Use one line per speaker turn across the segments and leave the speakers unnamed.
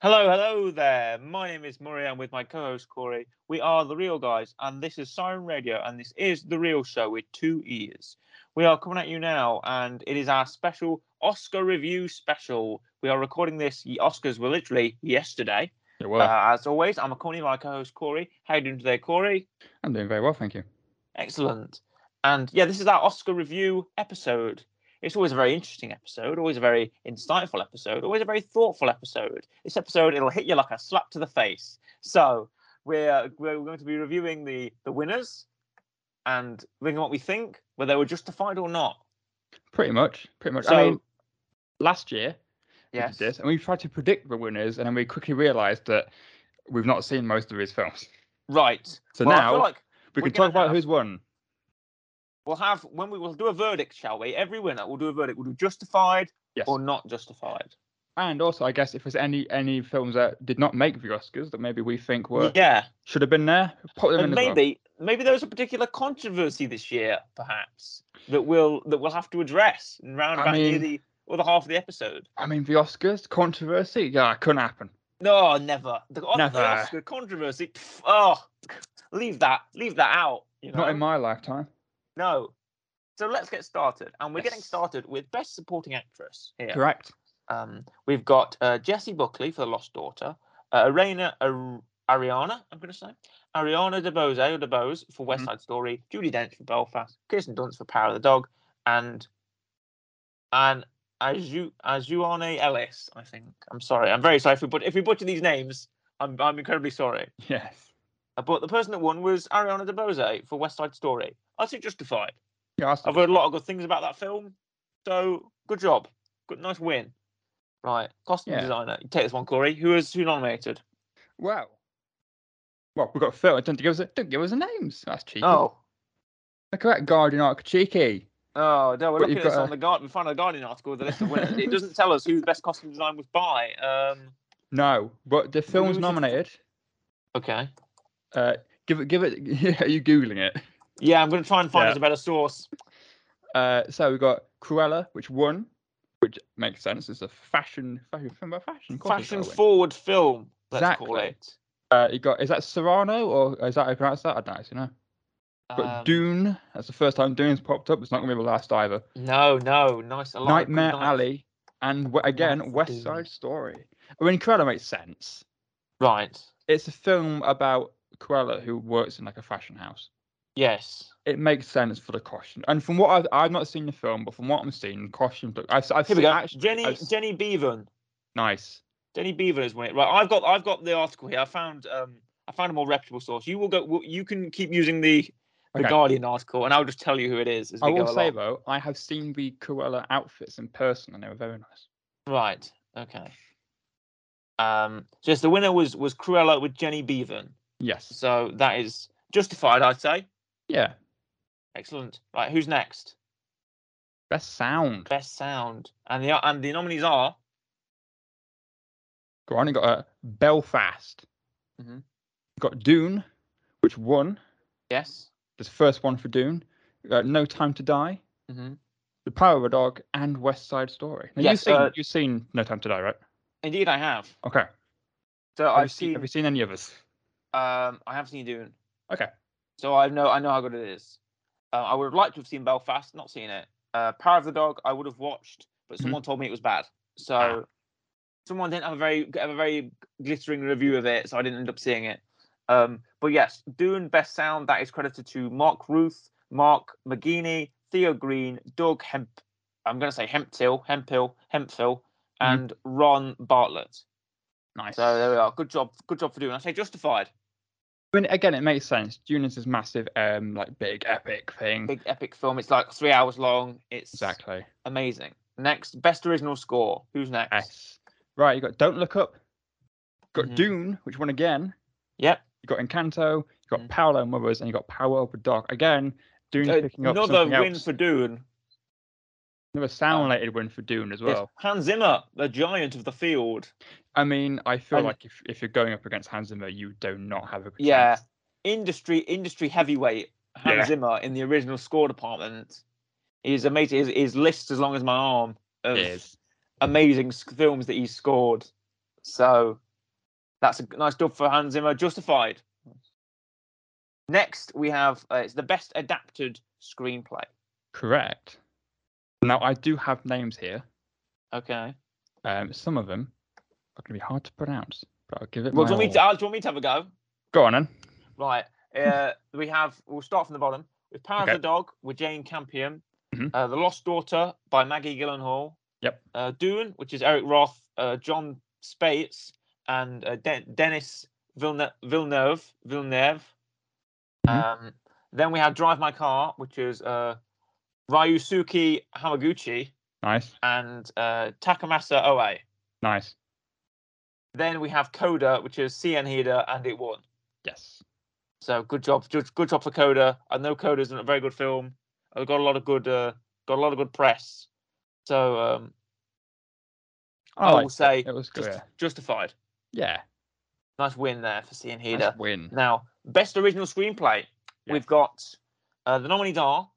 Hello, hello there. My name is Murray. I'm with my co host Corey. We are The Real Guys, and this is Siren Radio, and this is The Real Show with two ears. We are coming at you now, and it is our special Oscar review special. We are recording this. The Oscars were literally yesterday.
It was.
Uh, as always, I'm accompanied by my co host Corey. How you doing today, Corey?
I'm doing very well, thank you.
Excellent. And yeah, this is our Oscar review episode. It's always a very interesting episode, always a very insightful episode, always a very thoughtful episode. This episode, it'll hit you like a slap to the face. So we're we're going to be reviewing the the winners and reviewing what we think, whether they were justified or not.
Pretty much, pretty much. I
So-
mean, last year we did
Yes.
this, and we tried to predict the winners, and then we quickly realised that we've not seen most of his films.
Right.
So
well, I
now
feel like we're
we can talk
gonna
about
have-
who's won.
we'll have when we will do a verdict, shall we? Every winner will do a verdict. We'll do justified
Yes.
or not justified.
And also, I guess if there's any any films that did not make the Oscars that maybe we think were
Yeah.
should have been there, put them
and
in as well.
maybe maybe there was a particular controversy this year, perhaps that we'll that we'll have to address in round
I
about near
mean-
the other half of the episode.
I mean, the Oscars controversy, yeah, it couldn't happen.
No, never. The, the
Never.
Oscar controversy. pff, oh, leave that. Leave that out. You know?
Not in my lifetime.
no. So let's get started, and we're getting
Yes.
started with Best Supporting Actress here.
Correct.
Um, we've got uh, Jessie Buckley for The Lost Daughter, uh, Arena Ar- Ariana, I'm going to say, Ariana DeBose, or DeBose for West
Mhm.
Side Story, Judy Dench for Belfast, Kirsten Dunst for Power of the Dog, and and Aju Ajuane Ellis, I think. I'm sorry, I'm very sorry if we but if we butcher these names, I'm I'm incredibly sorry.
Yes.
Uh, But the person that won was Ariana DeBose for West Side Story. I think justified.
Yeah, I still-
I've heard a lot of good things about that film. So good job. Good nice win. Right. Costume
Yeah.
designer. You take this one, Corey. Who was who nominated?
Well, well, we've got Phil. Don't give us, don't give us the names. That's cheeky.
Oh.
The correct Guardian article, cheeky.
Oh no, we're
But
looking
you've
at this
got
on
a-
the guard we found a Guardian article with the list of winners. it doesn't tell us who the best costume design was by. Um
No, but the
was
film's
it?
nominated.
okay.
Uh, give it, give it. Yeah, are you googling it?
Yeah, I'm gonna try and find
Yeah.
us a better source.
Uh, so we've got Cruella, which won, which makes sense. It's a fashion, fashion film about fashion. of course it's
Fashion
gotta win.
forward film, let's call
Exactly.
it.
Uh, you got is that Serrano or is that how you pronounce that? I don't actually know. But
Um,
Dune. That's the first time Dune's popped up. It's not gonna be the last either.
No, no, nice a lot of good
Nightmare
night-
Alley, and w- again
Nice
West
Dune.
Side Story. I mean, Cruella makes sense.
Right.
It's a film about Cruella who works in like a fashion house.
Yes.
it makes sense for the costume. And from what I've, I've not seen the film, but from what I'm seeing, costumes look. I've, I've
Here
seen
we go.
actually
Jenny
I've s-
Jenny Beavan.
nice.
Denny Beaver is winning. Right, I've got I've got the article here. I found um I found a more reputable source. You will go. w- You can keep using the the
Okay.
Guardian article, and I'll just tell you who it is as we
I will
go
say
along.
though, I have seen the Cruella outfits in person, and they were very nice.
Right. Okay. Um. So yes, the winner was was Cruella with Jenny Beavan.
Yes.
So that is justified, I'd say.
Yeah.
Excellent. Right. Who's next?
Best sound.
Best sound, and the and the nominees are
Go on. You got uh, Belfast.
Mhm.
You got Dune, which won.
yes.
This first one for Dune. Uh, no Time to Die.
Mm-hmm.
The Power of a Dog and West Side Story. Now,
Yes,
you've seen
uh,
you've seen No Time to Die, right?
Indeed, I have.
Okay. Have
So
you
I've
seen,
seen.
Have you seen any of us?
Um, I have seen Dune.
Okay.
So I know I know how good it is. Uh, I would have liked to have seen Belfast, not seen it. Uh, Power of the Dog, I would have watched, but
Mhm.
someone told me it was bad. So
Ah.
someone didn't have a very have a very glittering review of it, so I didn't end up seeing it. Um, but yes, Dune Best Sound that is credited to Mark Ruth, Mark McGeaney, Theo Green, Doug Hemp. I'm going to say Hemptill, Hempill, Hemphill,
Mm-hmm.
and Ron Bartlett.
Nice.
So there we are. Good job, good job for doing. I say justified.
I mean, again, it makes sense. Dune is this massive, um, like big epic thing.
Big epic film. It's like three hours long. It's
Exactly.
Amazing. Next, best original score. Who's next?
S. Right, you got Don't Look Up. You got
Mhm.
Dune, which won again.
Yep.
You got Encanto. You got
Mhm.
Paolo Mothers, and you got Power Up a Dog. Again, Dune
Uh,
picking up
another
something
win
else.
for Dune.
Another sound-related win for Dune as
Yes,
well.
Hans Zimmer, the giant of the field.
I mean, I feel
And-
like if, if you're going up against Hans Zimmer, you do not have a good
Yeah.
chance.
Industry industry heavyweight Hans
Yeah.
Zimmer in the original score department. Is amazing. His, his list as long as my arm of
It is.
amazing s- films that he scored. So That's a g- nice dub for Hans Zimmer. Justified. Next, we have uh, it's the best adapted screenplay.
Correct. Now I do have names here.
Okay.
Um, some of them are going to be hard to pronounce, but I'll give it.
Well,
my
do you want me
all.
to? Uh, do you want me to have a go?
Go on then.
Right. Uh, we have. We'll start from the bottom with Power
Okay.
of the Dog with Jane Campion,
Mhm.
uh, The Lost Daughter by Maggie Gyllenhaal.
Yep.
Uh, Dune, which is Eric Roth, uh, John Spates, and uh, Den- Dennis Villeneuve. Villeneuve. Villeneuve.
Mhm.
Um, then we had Drive My Car, which is uh, Ryusuke Hamaguchi
Nice,
and uh, Takamasa Oe.
nice.
Then we have Coda, which is CN Hida, and it won.
Yes.
So good job, good, good job for Coda. I know Coda isn't a very good film. It got a lot of good, uh, got a lot of good press. So um, I will
liked it.
say
it was good.
just,
Oh, yeah.
justified.
Yeah.
Nice win there for Cian
nice
Heda.
win.
Now, best original screenplay. We've got uh, the nominees are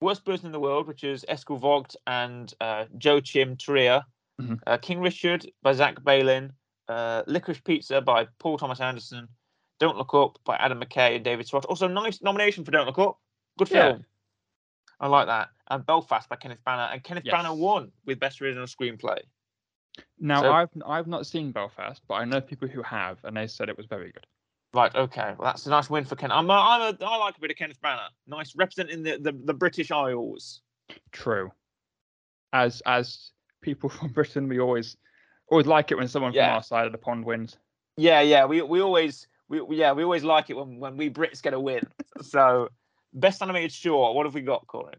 Worst Person in the World, which is Eskil Vogt and uh, Joe Chim Tria,
Mhm.
uh, King Richard by Zach Balin, uh, Licorice Pizza by Paul Thomas Anderson, Don't Look Up by Adam McKay and David Swart. Also, nice nomination for Don't Look Up. Good
Yeah.
film. I like that. And Belfast by Kenneth Banner. And Kenneth
Yes.
Banner won with Best Original Screenplay.
Now
so-
I've I've not seen Belfast, but I know people who have, and they said it was very good.
Right, okay. Well, that's a nice win for Ken. I'm a, I'm a, I like a bit of Kenneth Branagh. Nice representing the, the, the British Isles.
True. As as people from Britain, we always always like it when someone
Yeah.
from our side of the pond wins.
Yeah, yeah. We we always we we- yeah we always like it when when we Brits get a win. so, best animated short. What have we got, Colin?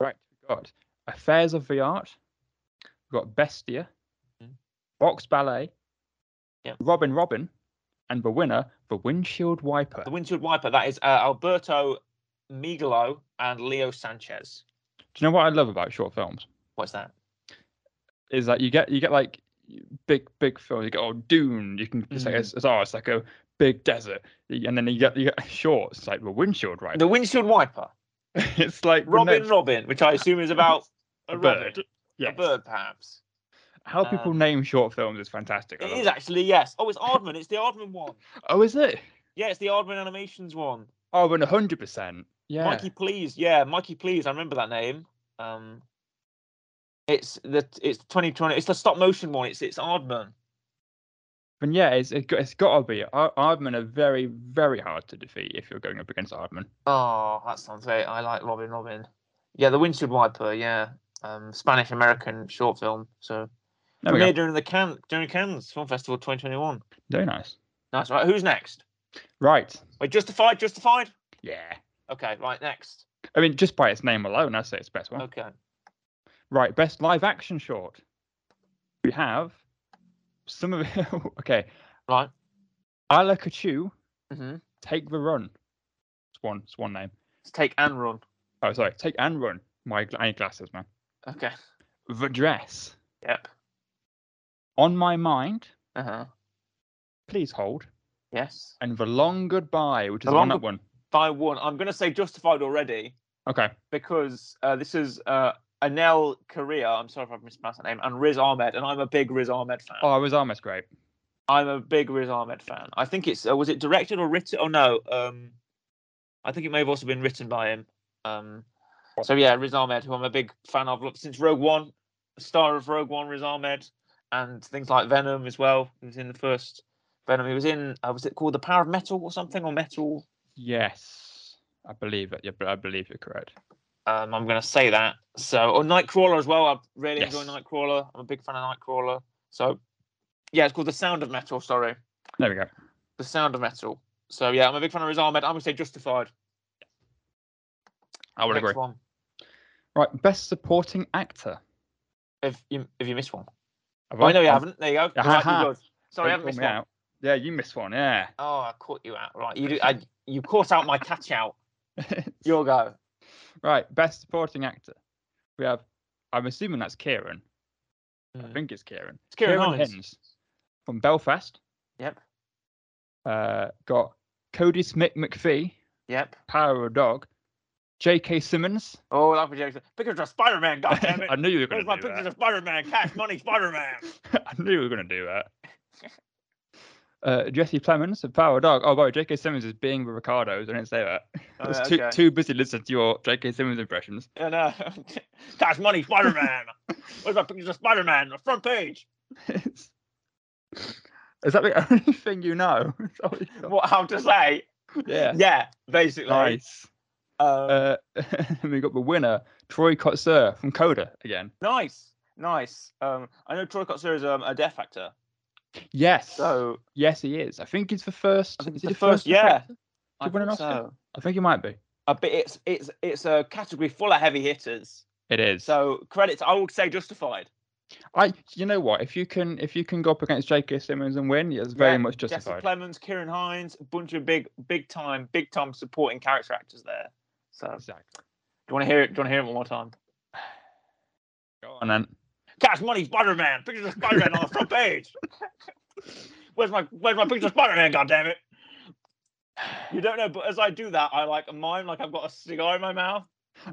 Right. We've got Affairs of the Art. We've got Bestia,
Mhm.
Box Ballet,
Yep.
Robin Robin, and the winner, the Windshield Wiper.
The windshield wiper. That is uh, Alberto Migolo and Leo Sanchez.
Do you know what I love about short films?
What's that?
Is that you get you get like big big films. You get oh Dune. You can it's like
Mhm.
it's, it's, oh it's like a big desert, and then you get you get shorts it's like the Windshield right?
The windshield wiper.
it's like when
Robin
they-
Robin, which I assume is about a,
A
robin,
bird. Yes.
a bird perhaps.
How people
Um,
name short films is fantastic. I
It
love
is actually yes. Oh, it's Aardman. It's the Aardman one.
Oh, is it?
Yeah, it's the Aardman Animations one.
Oh, one hundred percent. Yeah.
Mikey Please, yeah, Mikey Please. I remember that name. Um, it's the it's 2020. It's the stop motion one. It's it's Aardman.
But yeah, it's it, it's got to be. Ar- Aardman are very very hard to defeat if you're going up against Aardman.
Oh, that sounds great. I like Robin Robin. Yeah, the windshield wiper. Yeah, um, Spanish American short film. So
There we go.
premiered during the Can during Cannes Film Festival 2021.
Very nice.
Nice. Right, who's next?
Right.
Wait, Justified. Justified.
Yeah.
Okay, right next.
I mean, just by its name alone, I'd say it's the best one.
Okay.
Right, best live action short. We have some of it. okay,
Right.
Ala Kachu,
Mm-hmm.
Take the Run. It's one, it's one name.
Let's take and run.
Oh, sorry, Take and Run. My gl- I need glasses, man.
Okay.
The Dress,
Yep.
On My Mind,
Uh huh.
Please Hold,
Yes.
and The Long Goodbye, which
The
is one
Long
up
Good-
one.
By one, I'm gonna say Justified already.
Okay,
because uh, this is uh, Anel Korea. I'm sorry if I've mispronounced that name. And Riz Ahmed, and I'm a big Riz Ahmed fan.
oh, it was almost great.
I'm a big Riz Ahmed fan. I think it's uh, was it directed or written? Oh no, um, I think it may have also been written by him. Um, so yeah, Riz Ahmed, who I'm a big fan of look, since Rogue One, star of Rogue One, Riz Ahmed, and things like Venom as well. He was in the first Venom. He was in uh, was it called The Power of Metal or something or Metal?
Yes, I believe it. Yeah, but I believe you're correct.
Um, I'm going to say that. So, or Nightcrawler as well. I really
Yes.
enjoy Nightcrawler. I'm a big fan of Nightcrawler. So, yeah, it's called The Sound of Metal. Sorry,
There we go.
The Sound of Metal. So, yeah, I'm a big fan of Riz Ahmed. I'm going to say Justified.
I would
Next
agree.
one.
Right, best supporting actor.
If you if you missed one,
Have
oh, I know you
I've-
haven't. There you go.
Ha
Right,
ha.
you good. Sorry, I
don't
haven't
call
missed
me
one.
out. Yeah, you missed one. Yeah.
Oh, I caught you out. Right, you do. I, you caught out my catch out. Your go.
Right, best supporting actor. We have, I'm assuming that's Kieran. I
Mm.
think it's Kieran.
It's Kieran Hines.
Hines from Belfast.
Yep.
Uh, got Cody Smith McPhee,
Yep.
Power of Dog, J.K. Simmons.
Oh, that projection. Pictures of Spider Man. God Ah, damn it.
I knew you were
Where's
going
my
to do
pictures
that.
of Spider Man? Cash money, Spider Man.
I knew you were going to do that. Uh, Jesse Plemons of Power Dog. Oh, by the way, J.K. Simmons is being the Ricardos. I didn't say that. I
Oh,
was
yeah,
too,
okay.
too busy listening to your J.K. Simmons impressions.
And, uh, cash money, Spider Man. Where's my pictures of Spider Man? The front page.
is that the only thing you know? Is that what you got?
What how to say?
yeah.
Yeah, basically.
Nice.
Um,
Uh, and we got the winner, Troy Kotsur from Coda again.
nice, nice. Um, I know Troy Kotsur is um, a deaf actor,
Yes.
so
yes, he is. I think he's the first.
I think
is
he's
he
the first, yeah.
actor?
I
Did he win an
think
Oscar?
so.
I think he might be.
Uh, but it's it's it's a category full of heavy hitters.
It is.
So credits, I would say justified.
I. You know what? If you can, if you can go up against J.K. Simmons and win, it's very
Yeah,
much
Jesse
justified.
Plemons, Kieran Hines, a bunch of big big time big time supporting character actors there. So do
Exactly.
you want to hear it? Do you want to hear it one more time?
Go on then.
Cash money, Spider Man. Pictures of Spider Man on the front page. where's my Where's my picture of Spider Man? God damn it! You don't know, but as I do that, I like mime like I've got a cigar in my mouth.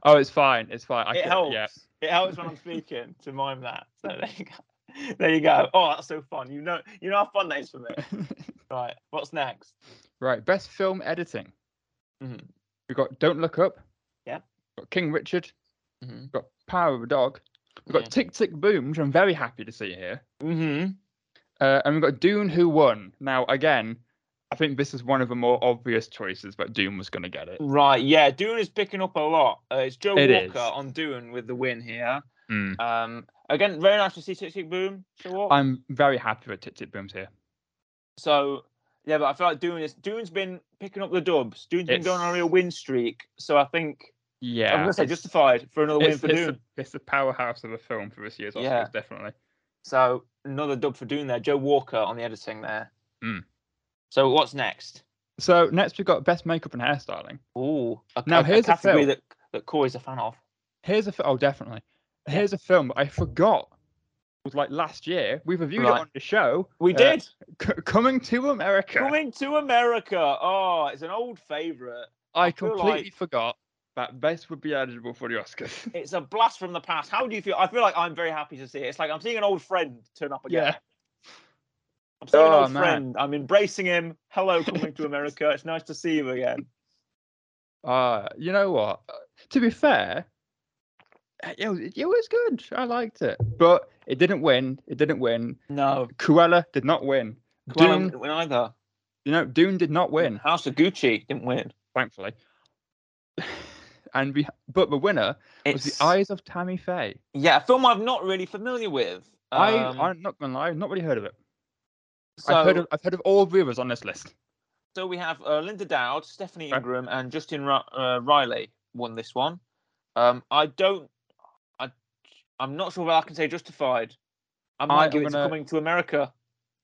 Oh, it's fine. It's fine. I
it
can-
helps.
Yeah.
It helps when I'm speaking to mime that. So there you go. There you go. Oh, that's so fun. You know, you know how fun that is for me. Right. What's next?
right. Best film editing.
Mhm.
We've got Don't Look Up.
Yeah.
We've got King Richard.
Mhm.
We've got Power of the Dog. We've got
Yeah.
Tick Tick Boom, which I'm very happy to see here.
Mm-hmm.
Uh, and we've got Dune Who Won. Now, again, I think this is one of the more obvious choices, but Dune was going to get it.
Right. Yeah. Dune is picking up a lot. Uh, it's Joe
It
Walker
is.
on Dune with the win here.
Mm.
Um. Again, very nice to see Tick Tick Boom show up.
I'm very happy with Tick Tick Boom's here.
So yeah, but I feel like Dune is Dune's been picking up the dubs. Dune's been going on a
It's-
real win streak. So I think
Yeah.
I'm gonna say
it's-
justified for another win
it's,
for
it's,
Dune.
the, it's the powerhouse of a film for this year's Oscars,
Yeah.
definitely.
So another dub for Dune there. Joe Walker on the editing there.
Mm.
So what's next?
So next we've got Best Makeup and Hairstyling.
Ooh, a,
Now
a- a
here's a
category
film.
that that Corey's a fan of.
Here's a fi- oh definitely. Here's a film I forgot was like last year. We reviewed
Right.
it on the show.
We
Uh,
did
C- Coming to America.
coming to America. Oh, it's an old favorite.
I
feel
completely
like-
forgot that Best would be eligible for the Oscars.
It's a blast from the past. How do you feel? I feel like I'm very happy to see it. It's like I'm seeing an old friend turn up again.
Yeah.
I'm seeing an
Oh,
old
man.
friend. I'm embracing him. Hello, coming to America. It's nice to see you again.
Uh, you know what? Uh, To be fair, uh, it was, it was good. I liked it, but it didn't win. It didn't win.
No,
Cruella did not win.
Cruella
Dune,
didn't win either.
you know, Dune did
Mm.
not win,
House of Gucci didn't win.
thankfully. and we, but the winner was
It's
the Eyes of Tammy Faye.
yeah, a film I'm not really familiar with.
I,
Um,
I'm not gonna lie, I've not really heard of it.
so,
I've heard of, I've heard of all the others on this list.
so we have uh, Linda Dowd, Stephanie
Right.
Ingram, and Justin Ri- uh, Riley won this one. Um, I don't, I, I'm not sure whether I can say justified. I might
I'm
give it to
gonna-
Coming to America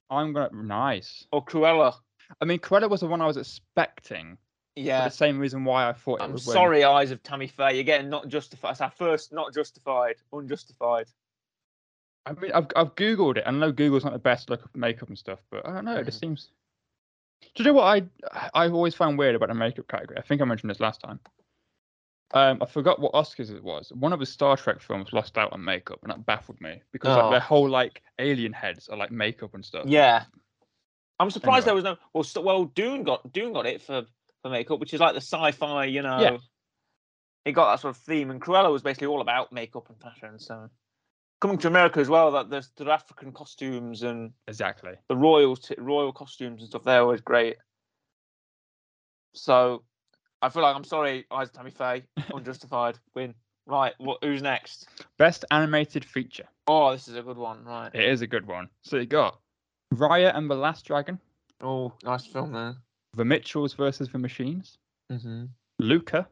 I'm gonna nice.
or Cruella.
I mean, Cruella was the one I was expecting for
Yeah,
the same reason why I thought it
I'm
would win.
sorry, Eyes of Tammy Faye. Again, not justified. It's our first not justified, unjustified.
I mean, I've I've googled it. I know Google's not the best look of makeup and stuff, but I don't know. It
Mm.
just seems. Do you know what I I've always found weird about the makeup category? I think I mentioned this last time. Um, I forgot what Oscars it was. One of the Star Trek films lost out on makeup, and that baffled me because
Oh.
like, their whole like alien heads are like makeup and stuff.
Yeah, I'm surprised there was no. Well, so, well, Dune got Dune got it for for makeup, which is like the sci-fi, you know. It got that sort of theme, and Cruella was basically all about makeup and fashion. So, coming to America as well, that the, the African costumes and
exactly.
the royal t- royal costumes and stuff there was great. So, I feel like I'm sorry, Eyes of Tammy Faye, unjustified win. Right, what, who's next?
Best animated feature.
Oh, this is a good one, right?
It is a good one. So you got Raya and the Last Dragon,
Oh, nice film there.
The Mitchells versus the Machines,
Mm-hmm.
Luca,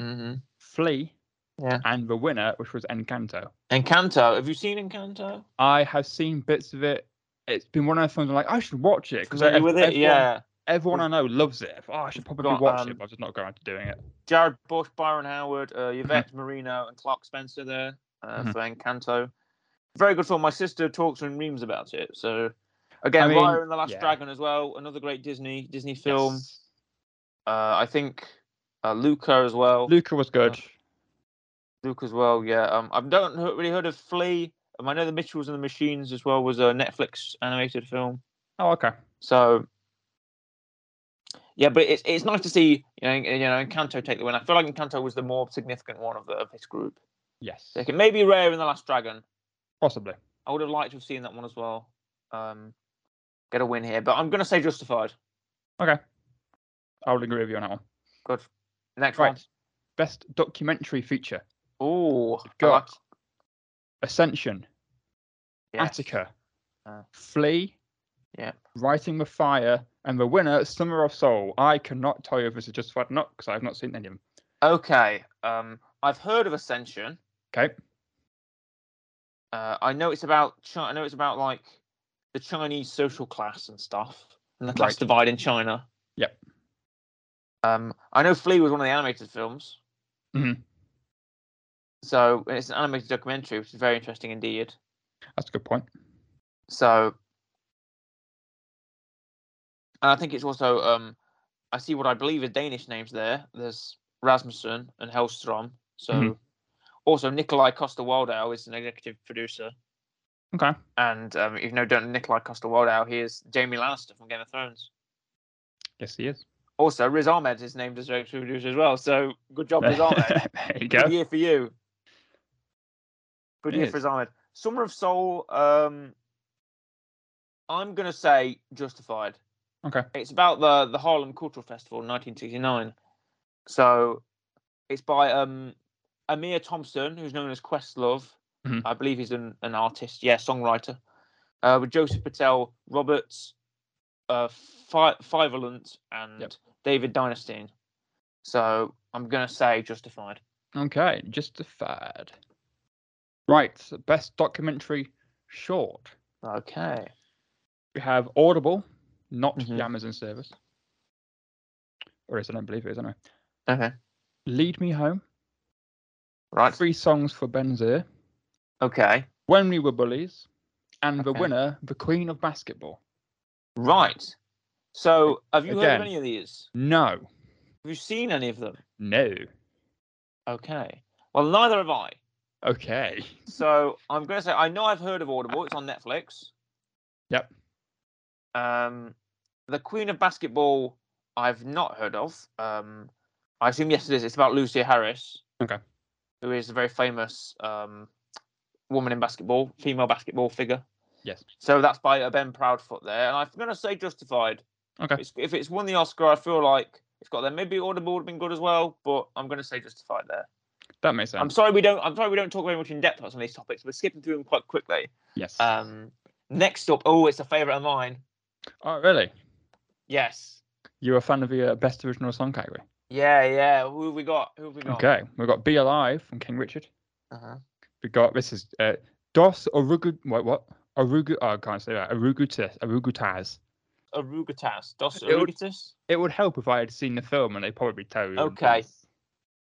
Mm-hmm.
Flea,
Yeah.
and the winner, which was Encanto.
Encanto. Have you seen Encanto?
I have seen bits of it. It's been one of those films I'm like, I should watch it because
Familiar with it, yeah.
everyone I know loves it. Oh, I should probably
got,
watch
um,
it, but I'm just not going to doing it.
Jared Bush, Byron Howard, uh, Yvette
Mm-hmm.
Marino, and Clark Spencer there uh,
Mhm.
for Encanto. Very good film. My sister talks and reams about it. So again,
I mean,
Raya and the Last
yeah.
Dragon as well. Another great Disney Disney film.
Yes.
Uh, I think uh, Luca as well. Luke.
Luca was good.
as well. Yeah. Um, I don't he- really heard of Flea. Um, I know the Mitchells and the Machines as well was a Netflix animated film.
Oh, okay.
So Yeah, but it's it's nice to see you know you know Encanto take the win. I feel like Encanto was the more significant one of the of his group.
Yes,
So it can maybe rare in the Last Dragon.
possibly.
I would have liked to have seen that one as well. Um, get a win here, but I'm going to say Justified.
Okay, I would agree with you on that one.
Good. Next
Right, best documentary feature:
one. Ooh, I
got
like-
Ascension,
yes.
Attica,
Uh.
Flea,
Yeah.
Writing with Fire, and the winner, Summer of Soul. I cannot tell you if this is justified or not because I've not seen any of them.
Okay. Um, I've heard of Ascension.
Okay,
Uh, I know it's about Chi- I know it's about like the Chinese social class and stuff, and the class
Right.
divide in China.
Yep.
Um, I know Flea was one of the animated films.
Mhm.
So and it's an animated documentary, which is very interesting indeed.
that's a good point.
So, and I think it's also um, I see what I believe are Danish names there. There's Rasmussen and Hellstrom. So,
Mhm.
also Nikolai Costa Waldau is an executive producer,
Okay,
and um, if you know don't Nikolai Costa Waldau, he is Jamie Lannister from Game of Thrones.
yes, he is.
Also, Riz Ahmed is named as executive producer as well. So, good job, Riz Ahmed.
there you
Good
go.
year for you. Good
It
year
is.
for Riz Ahmed. Summer of Soul. Um, I'm gonna say justified.
Okay,
It's about the the Harlem Cultural Festival in 1969. So it's by um Amir Thompson, who's known as Questlove.
Mhm.
I believe he's an, an artist, yeah, songwriter. Uh, with Joseph Patel, Roberts, uh, Fi- Fivalent, and
Yep.
David Dynastine. So I'm gonna say Justified.
okay, justified. Right, best documentary short.
Okay.
We have Audible, not
Mhm.
the Amazon service. Or is it? I don't believe it is anyway.
Okay.
Lead Me Home,
Right.
Three Songs for Benzir,
Okay.
When We Were Bullies, and the
Okay.
winner, The Queen of Basketball.
Right. So have you heard
Again.
of any of these?
No,
Have you seen any of them?
no.
Okay. Well, neither have I.
Okay.
So I'm going to say I know I've heard of Audible. It's on Netflix.
Yep.
Um, the Queen of Basketball. I've not heard of. Um, I assume yes, it is. It's about Lucia Harris.
Okay.
Who is a very famous um, woman in basketball, female basketball figure.
Yes.
So that's by uh, Ben Proudfoot there, and I'm going to say justified.
Okay.
It's, if it's won the Oscar, I feel like it's got there. Maybe Audible would have been good as well, but I'm going to say justified there.
That makes
I'm
sense.
sorry we don't. I'm sorry we don't talk very much in depth about some of these topics. We're skipping through them quite quickly.
yes.
Um, next up, oh, it's a favourite of mine.
oh, really?
Yes.
You're a fan of the uh, best original song category?
Yeah, yeah. Who have we got? Who have we got?
Okay. We've got Be Alive from King Richard.
Uh-huh.
We got this is uh, Dos Orugu. Wait, what? Orugu. Oh, I can't say that. Orugutas. Orugutas.
Arugatas. Dos
It would-
Arugatas.
It would help if I had seen the film and they probably tell you.
Okay.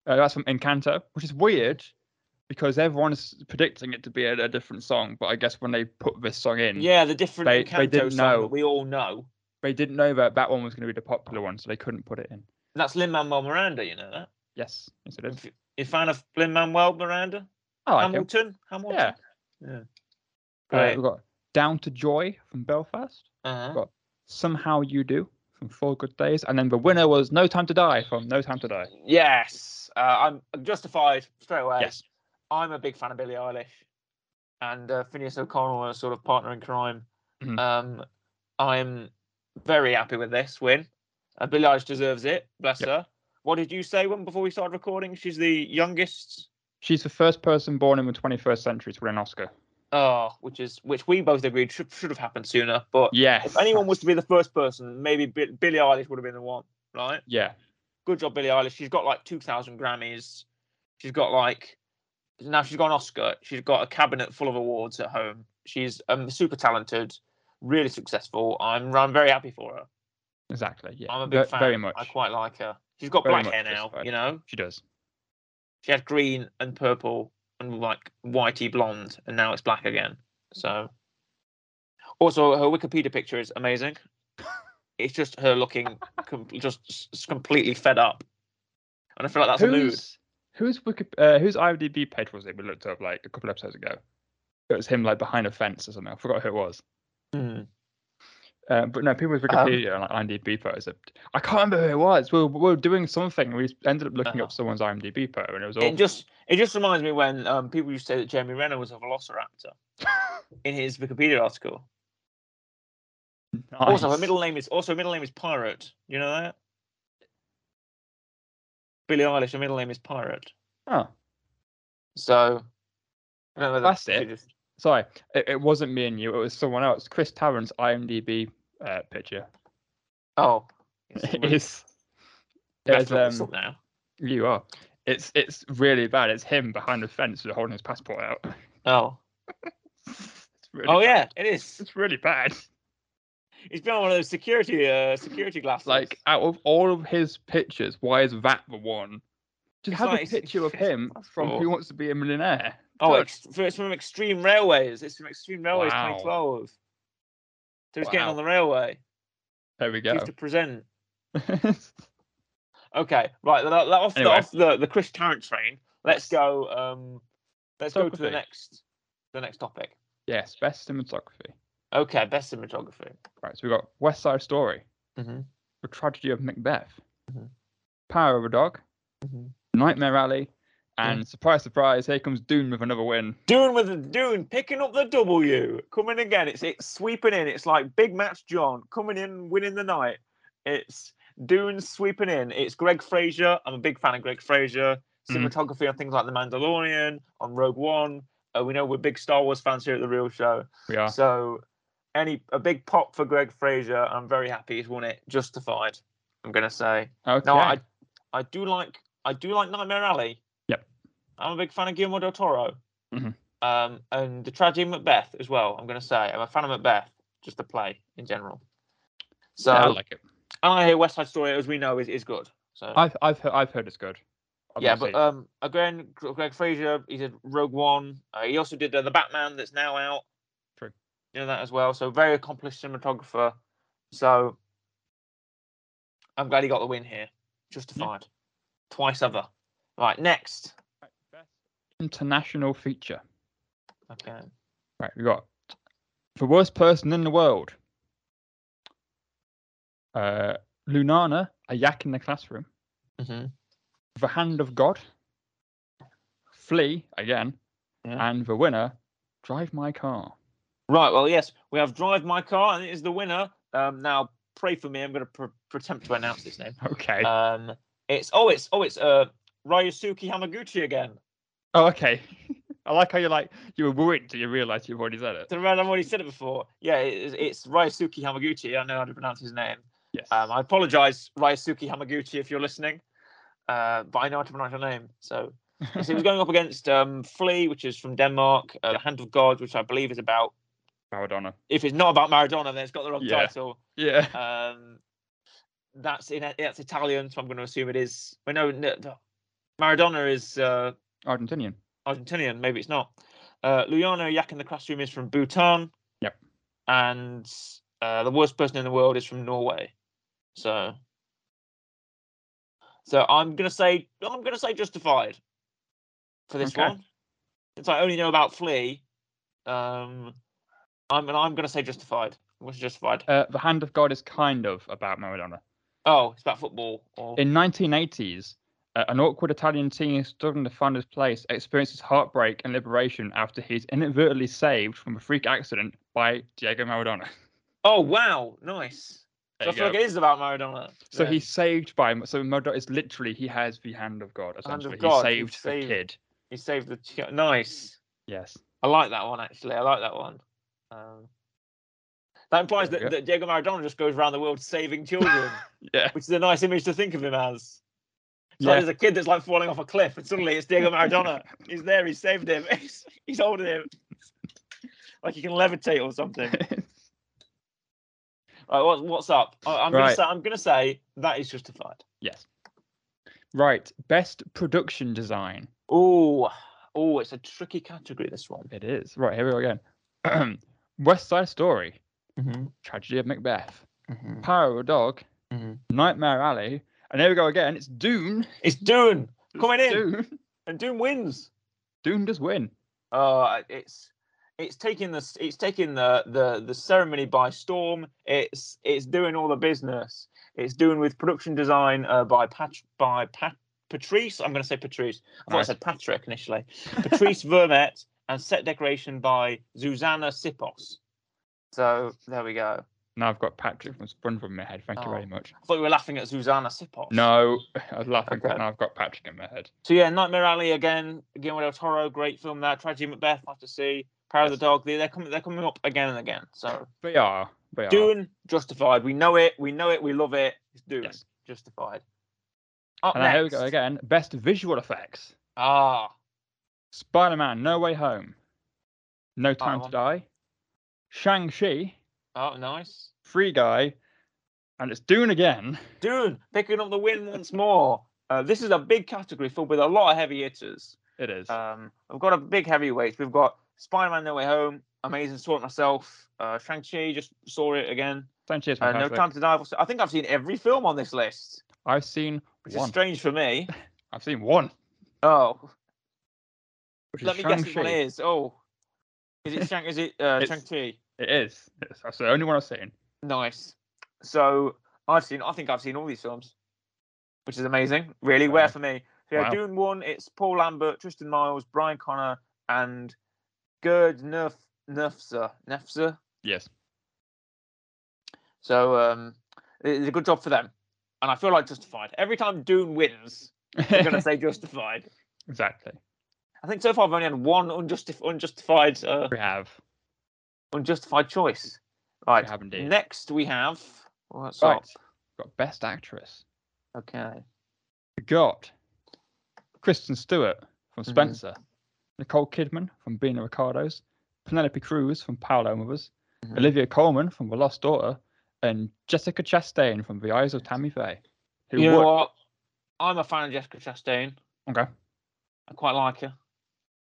Uh, that's from Encanto, which is weird because everyone's predicting it to be a, a different song, but I guess when they put this song in,
Yeah, the different
They-
they,
they didn't
song
know.
that we all know.
they didn't know that that one was going to be the popular one, so they couldn't put it in.
And that's Lin Manuel Miranda. You know that.
Yes, yes, it is.
If you- you fan of Lin Manuel Miranda?
I like it.
Hamilton. Hamilton.
Yeah. Uh,
Great.
we've got Down to Joy from Belfast,
Uh-huh.
got- Somehow You Do from Four Good Days, and then the winner was No Time to Die from No Time to Die.
Yes. Uh, I'm I'm justified straight away.
Yes.
I'm a big fan of Billie Eilish and uh, Phineas O'Connell, are sort of partner in crime.
Mhm.
Um, I'm very happy with this win. Uh, Billie Eilish deserves it. Bless
Yep.
her. What did you say when before we started recording? She's the youngest.
She's the first person born in the 21st century to win an Oscar.
Oh, which is which we both agreed should, should have happened sooner. But
Yes.
if anyone was to be the first person, maybe Bi- Billie Eilish would have been the one, right?
Yeah.
good job, Billie Eilish. She's got like 2,000 Grammys. She's got like, now she's got an Oscar. She's got a cabinet full of awards at home. She's um, super talented, really successful. I'm, I'm very happy for her.
Exactly. Yeah.
I'm a big
Ve-
fan.
Very much.
I quite like her. She's got
Very
black
much
hair now,
justified.
you know?
She does.
She had green and purple and like whitey blonde, and now it's black again. So, also, her Wikipedia picture is amazing. It's just her looking com- just s- completely fed up. And I feel like that's a mood.
who's, who's Wiki, uh, whose IMDb page was it we looked up like a couple episodes ago? It was him like behind a fence or something. I forgot who it was.
Mm.
Uh, but no, people with Wikipedia and like IMDb photos. That, I can't remember who it was. We were, we were doing something. We ended up looking
Uh-huh.
up someone's IMDb photo, and it was all.
It just it just reminds me when um, people used to say that Jeremy Renner was a velociraptor in his Wikipedia article. Also, her middle name is also her middle name is Pirate. You know that? Billie Eilish, her middle name is Pirate.
Oh,
So I don't know whether
That's it.
she just-
sorry, it, it wasn't me and you. It was someone else. Chris Tarrant's IMDb uh, picture
Oh,
is.
that's
is, um,
now.
you are. It's it's really bad. It's him behind the fence with holding his passport out.
Oh,
it's really
oh
bad.
yeah, it is.
It's really bad.
He's been on one of those security uh, security glasses.
Like out of all of his pictures, why is that the one? Just
It's
have
like
a
it's-
picture of him from
passport.
Who Wants to Be a Millionaire.
oh,
God.
ex- for- it's from Extreme Railways. It's from Extreme Railways
Wow.
2012. So he's getting
Wow.
on the railway.
There we
He
go.
used to present. Okay, right. Let, let- off,
Anyway.
the, off the the Chris Tarrant train. Let's go. Um, let's go to the
Cinematography.
next the next topic.
yes, best cinematography.
Okay, best cinematography.
Right, so we got West Side Story,
Mhm.
The Tragedy of Macbeth,
Mhm.
Power of a Dog,
Mhm.
Nightmare Alley, and surprise, surprise, here comes Dune with another win.
Dune with the Dune, picking up the W, coming again. It's it's sweeping in. It's like Big Match John coming in, winning the night. It's Dune sweeping in. It's Greg Fraser. I'm a big fan of Greg Fraser.
Mhm.
Cinematography on things like The Mandalorian, on Rogue One. Uh, we know we're big Star Wars fans here at the Real Show.
We are.
So, any a big pop for Greg Fraser. I'm very happy he's won it. Justified. I'm gonna say.
Okay.
No, I uh, I do like I do like Nightmare Alley.
Yep.
I'm a big fan of Guillermo del Toro.
Mhm.
Um, and the tragedy of Macbeth as well. I'm gonna say I'm a fan of Macbeth, just the play in general. So
Yeah, I like it.
and I hear West Side Story, as we know, is is good. So
I've I've heard, I've heard it's good.
yeah, but
Obviously.
um, again, Gr- Greg Fraser, he did Rogue One. Uh, he also did uh, the Batman that's now out.
True.
You know that as well. So very accomplished cinematographer. So I'm glad he got the win here. Justified. Twice ever. Right, next.
Best international feature.
Okay.
Right, we got the worst person in the world. Uh, Lunana, a yak in the classroom.
hmm
The hand of God. Flea again,
Yeah.
and the winner. Drive my car.
Right. Well, yes, we have Drive My Car, and it is the winner. Um, now pray for me. I'm going to pr- pretend to announce this name.
Okay.
Um, it's oh, it's oh, it's uh, Ryosuke Hamaguchi again.
oh, okay. I like how you're like you were worried till you realised you've already said it.
The man I've already said it before. Yeah, it, it's Ryosuke Hamaguchi. I know how to pronounce his name.
Yes.
Um, I apologize, Ryosuke Hamaguchi, if you're listening, uh, but I know how to pronounce your name. So, so he was going up against um, Flea, which is from Denmark, uh, The Hand of God, which I believe is about.
Maradona.
If it's not about Maradona, then it's got the wrong
Yeah.
title.
Yeah.
Um, that's in that's Italian, so I'm going to assume it is. We know no, no. Maradona is uh,
Argentinian.
Argentinian. Maybe it's not. Uh, Luyano Yak in the classroom is from Bhutan.
Yep.
And uh, the worst person in the world is from Norway. So. So I'm gonna say I'm gonna say justified for this
Okay.
one. Since I only know about Flea, um, I'm and I'm gonna say justified. What's justified?
Uh, the hand of God is kind of about Maradona.
Oh, it's about football. Or
In 1980s, uh, an awkward Italian teen struggling to find his place experiences heartbreak and liberation after he's inadvertently saved from a freak accident by Diego Maradona.
oh wow, nice. So
There
I
you
feel
go.
like it is about Maradona.
So
then.
he's saved by so Maradona is literally he has the hand of God.
Hand of
Essentially,
God,
he
he's
saved the
saved.
kid.
he saved the chi- nice.
Yes.
I like that one actually. I like that one. Um, that implies
There we
that, that Diego Maradona just goes around the world saving children,
Yeah.
which is a nice image to think of him as. So
Yeah.
there's a kid that's like falling off a cliff, and suddenly it's Diego Maradona. he's there. He saved him. He's, he's holding him like he can levitate or something. Right, what, what's up? I, I'm gonna
Right.
say I'm gonna say that is justified.
yes. Right. Best production design.
Oh, oh, it's a tricky category. This one.
It is. Right. Here we go again. West Side Story. Mm-hmm, Tragedy of Macbeth. Power of a Dog,
Mhm.
Nightmare Alley, and there we go again. It's Dune.
It's Dune
It's
coming in,
Dune.
and Dune wins.
Dune does win.
Uh, it's it's taking the it's taking the the the ceremony by storm. It's it's doing all the business. It's doing with production design uh, by Pat by Pat Patrice. I'm going to say Patrice. I thought I
Right.
said Patrick initially. Patrice Vermette and set decoration by Susanna Sipos. So there we go.
Now I've got Patrick from SpongeBob in my head. Thank you
Oh.
very much.
I thought we were laughing at Susanna Sipos.
No, I was laughing, but
Okay.
now I've got Patrick in my head.
So yeah, Nightmare Alley again. Guillermo del Toro, great film. That Tragedy of Macbeth, nice to see. Power of the Dog. They, they're coming. They're coming up again and again. So
They are. They are.
Dune, Justified. We know it. We know it. We love it. It's Dune,
Yes.
Justified. Up
and
next.
here we go again. Best visual effects.
Ah,
Spider-Man: No Way Home, No Time to
one.
Die, Shang-Chi,
oh, nice.
Free Guy, and it's Dune again.
Dune picking up the win once more. Uh, this is a big category filled with a lot of heavy hitters.
It is.
Um, we've got a big heavyweights. We've got Spider-Man: No Way Home. Amazing. Saw it myself. Uh, Shang Chi just saw it again.
Shang-Chi is
Uh, no
fantastic.
Time to Die. I think I've seen every film on this list.
I've seen
which is
one.
strange for me.
I've seen one.
Oh,
Which
let
is
me guess which
Shang-Chi.
one it is. Oh, is it Shang? Is it uh,
It's-
Shang Chi?
It is. It's- That's the only one I've seen.
Nice. So I've seen. I think I've seen all these films, which is amazing. Really, rare
Wow.
for me. So yeah,
Wow.
Dune one. It's Paul Lambert, Tristan Miles, Brian Connor, and Gerd Nerf Nerfser Nerfser.
Yes.
So um, it's a good job for them. And I feel like Justified. Every time Dune wins, I'm gonna say Justified.
exactly.
I think so far I've only had one unjustif- unjustified uh,
We have.
unjustified choice. Right.
We have indeed.
Next we have what's
right.
up?
Got Best Actress.
Okay.
We got Kristen Stewart from
Mhm.
Spencer, Nicole Kidman from Being the Ricardos, Penelope Cruz from Paolo and Others,
Mhm.
Olivia Coleman from The Lost Daughter, and Jessica Chastain from The Eyes of Tammy Faye. Who
you know
won-
what? I'm a fan of Jessica Chastain.
Okay.
I quite like her.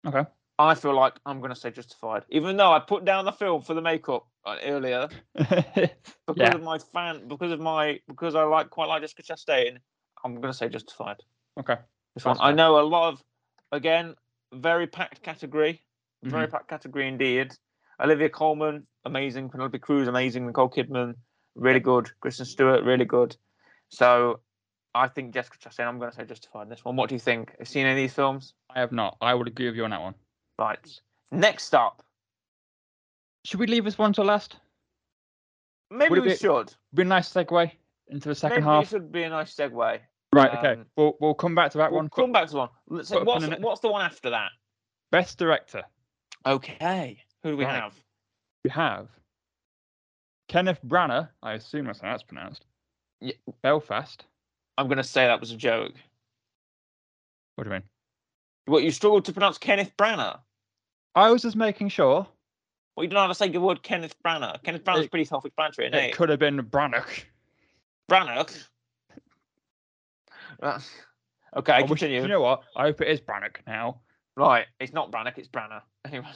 Okay.
I feel like I'm going to say Justified, even though I put down the film for the makeup uh, earlier because
yeah.
of my fan, because of my, because I like quite like Jessica Chastain. I'm going to say Justified.
Okay.
This one,
That's
I
fair.
know a lot of, again, very packed category,
Mm-hmm.
very packed category indeed. Olivia Coleman, amazing. Penelope Cruz, amazing. Nicole Kidman, really good. Kristen Stewart, really good. So, I think Jessica Chastain. I'm going to say Justified in this one. What do you think? Have you seen any of these films?
Mm-hmm. I have not. I would agree with you on that one.
Right. Next up,
Should we leave this one to last? Would
maybe
it
we
be-
should.
Be a nice segue into the
Maybe
second half.
it should be a nice segue.
Right. Okay.
um,
We'll we'll come back to that
We'll
one.
come back to one. Let's
put
say,
a pin
what's,
in it.
what's the one after that?
Best director.
Okay. Who do we
Right.
have?
We have Kenneth Branagh. I assume that's how that's pronounced.
Ye-
Belfast.
I'm going to say that was a joke.
What do you mean?
What you struggled to pronounce Kenneth Branagh?
I was just making sure
Well, you don't know how to say the word Kenneth Branagh. Kenneth Branagh's
It-
pretty self-explanatory, isn't
it
it?
could have been Branagh.
Branagh. That's- okay,
I wish-
continue.
you know what? I hope it is Branagh now.
Right, it's not Branagh, it's Branagh. Anyway,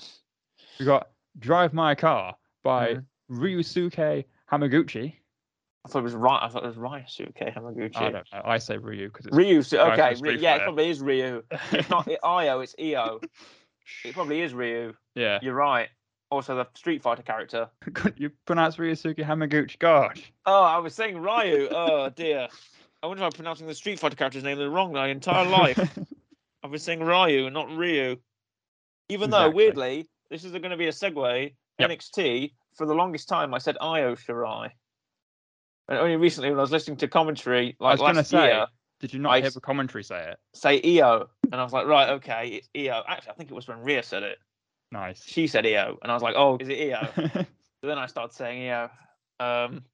We got Drive My Car by
Mhm.
Ryusuke Hamaguchi.
I thought it was right. I thought it was Ryosuke Hamaguchi.
I don't know. I say Ryu because it's
Ryu. so-
Guy from
Okay, Ry-
Street
yeah, it
Fighter.
probably is Ryu. It's not Io, it's Eo. It probably is Ryu.
yeah.
You're right. Also, the Street Fighter character.
Couldn't you pronounce Ryusuke Hamaguchi? Gosh.
Oh, I was saying Ryu. Oh dear. I wonder if I'm pronouncing the Street Fighter character's name wrong my entire life. I've been saying Ryu, not Ryu. Even though,
Exactly.
weirdly, this is going to be a segue.
Yep.
NXT, for the longest time, I said Io Shirai. And only recently, when I was listening to commentary,
I
like
was gonna
last
say-
year,
Did you not
I
hear
s-
the commentary say it?
say EO. And I was like, right, okay, it's EO. Actually, I think it was when Rhea said it.
Nice.
She said EO. And I was like, oh, is it EO? so then I started saying EO. Um,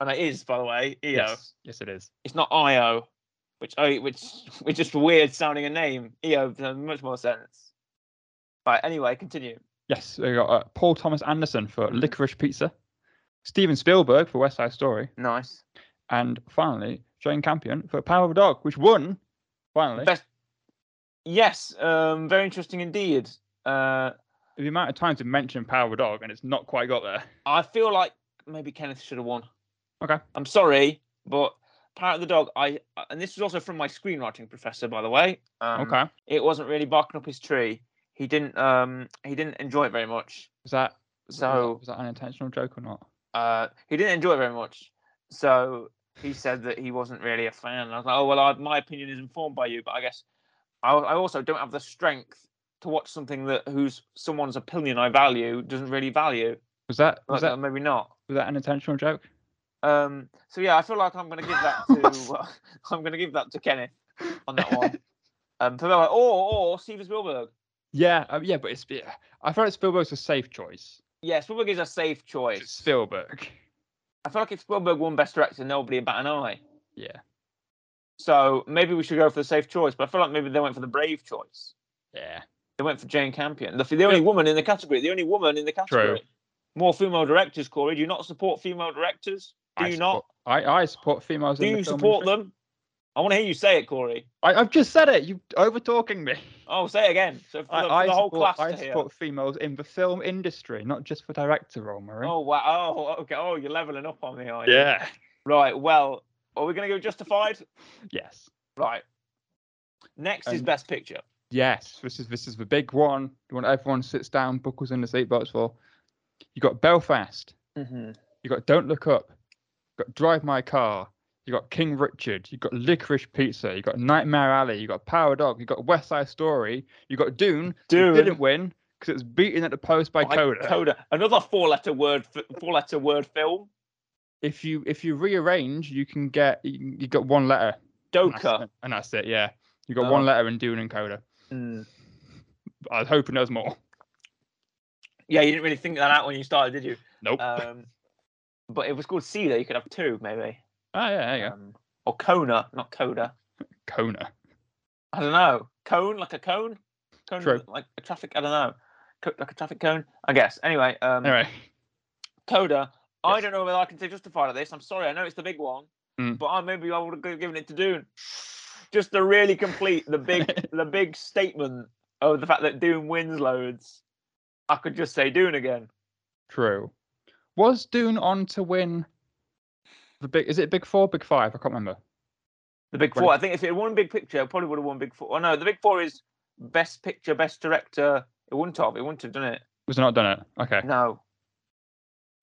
and it is, by the way, E EO.
yes. Yes, it is.
It's not IO, which oh, which which is weird sounding a name. EO makes much more sense. Right. Anyway, continue.
Yes, we got uh, Paul Thomas Anderson for Licorice Pizza, Steven Spielberg for West Side Story,
Nice.
and finally Jane Campion for Power of the Dog, which won finally.
Best. Yes. Um. Very interesting indeed. Uh.
The amount of times we mentioned Power of the Dog and it's not quite got there.
I feel like maybe Kenneth should have won.
Okay.
I'm sorry, but Power of the Dog. I uh, and this was also from my screenwriting professor, by the way. Um,
okay.
It wasn't really barking up his tree. he didn't um he didn't enjoy it very much.
Was that was that-
So
was that an intentional joke or not?
uh, he didn't enjoy it very much. So he said that he wasn't really a fan. And I was like, oh well, I, my opinion is informed by you, but I guess I, I also don't have the strength to watch something that whose someone's opinion I value doesn't really value.
Was that
Like,
was that
uh, maybe not.
was that an intentional joke?
Um, so yeah, I feel like I'm going to give that to I'm going to give that to Kenneth on that one. Um, for or or Steven Spielberg.
Yeah, um, yeah, but it's yeah, I feel like Spielberg's a safe choice.
Yeah, Spielberg is a safe
It's
choice.
Spielberg.
I feel like if Spielberg won Best Director, nobody would bat an eye.
Yeah,
So maybe we should go for the safe choice. But I feel like maybe they went for the brave choice.
yeah.
They went for Jane Campion, the, the only woman in the category. The only woman in the category. More female directors, Corey. Do you not support female directors? Do
I
you
support,
not?
I I support females.
Do
in
you
the film
support
industry.
them? I want to hear you say it, Corey.
I, I've just said it. You over talking me.
Oh, say it again. So for the,
I,
for
I
the whole
support,
class
I
to hear.
support females in the film industry, not just for director role, Murray.
Oh wow! Oh okay. Oh, you're leveling up on me, are you?
yeah.
Right. Well, are we going to go Justified?
Yes.
Right. Next is
Um,
Best Picture.
Yes. This is this is the big one. The one everyone sits down, buckles in the seatbelts for. You got Belfast.
Mm-hmm.
You got Don't Look Up. You got Drive My Car. You got King Richard. You got Licorice Pizza. You got Nightmare Alley. You got Power Dog. You got West Side Story. You got Dune. who
Dune. Oh,
didn't win because it was beaten at the post by Coda.
Coda. Another four-letter word. f- Four-letter word film.
If you if you rearrange, you can get you, you got one letter. and that's-
Doka.
And that's it. Yeah, you got
Oh.
one letter in Dune and Coda.
Mm.
I was hoping there was more.
Yeah, you didn't really think that out when you started, did you?
Nope.
Um, but it was called Cedar. You could have two, maybe.
ah, yeah, there you go.
Um, or Kona, not Coda.
Kona.
I don't know. Cone, like a cone. Cone,
True.
like a traffic. I don't know. Co- like a traffic cone, I guess. Anyway. Um,
Anyway,
Coda. I
Yes.
don't know whether I can say justified at this. I'm sorry. I know it's the big one,
Mm.
but I maybe I would have given it to Dune, just to really complete the big the big statement of the fact that Dune wins loads. I could just say Dune again.
true. Was Dune on to win the big? Is it big four, big five? I can't remember.
The big
Right.
four. I think if it had won Big Picture, it probably would have won Big Four. Oh no, the Big Four is Best Picture, Best Director. It wouldn't have. It wouldn't have done it.
Was it not done it? Okay.
No.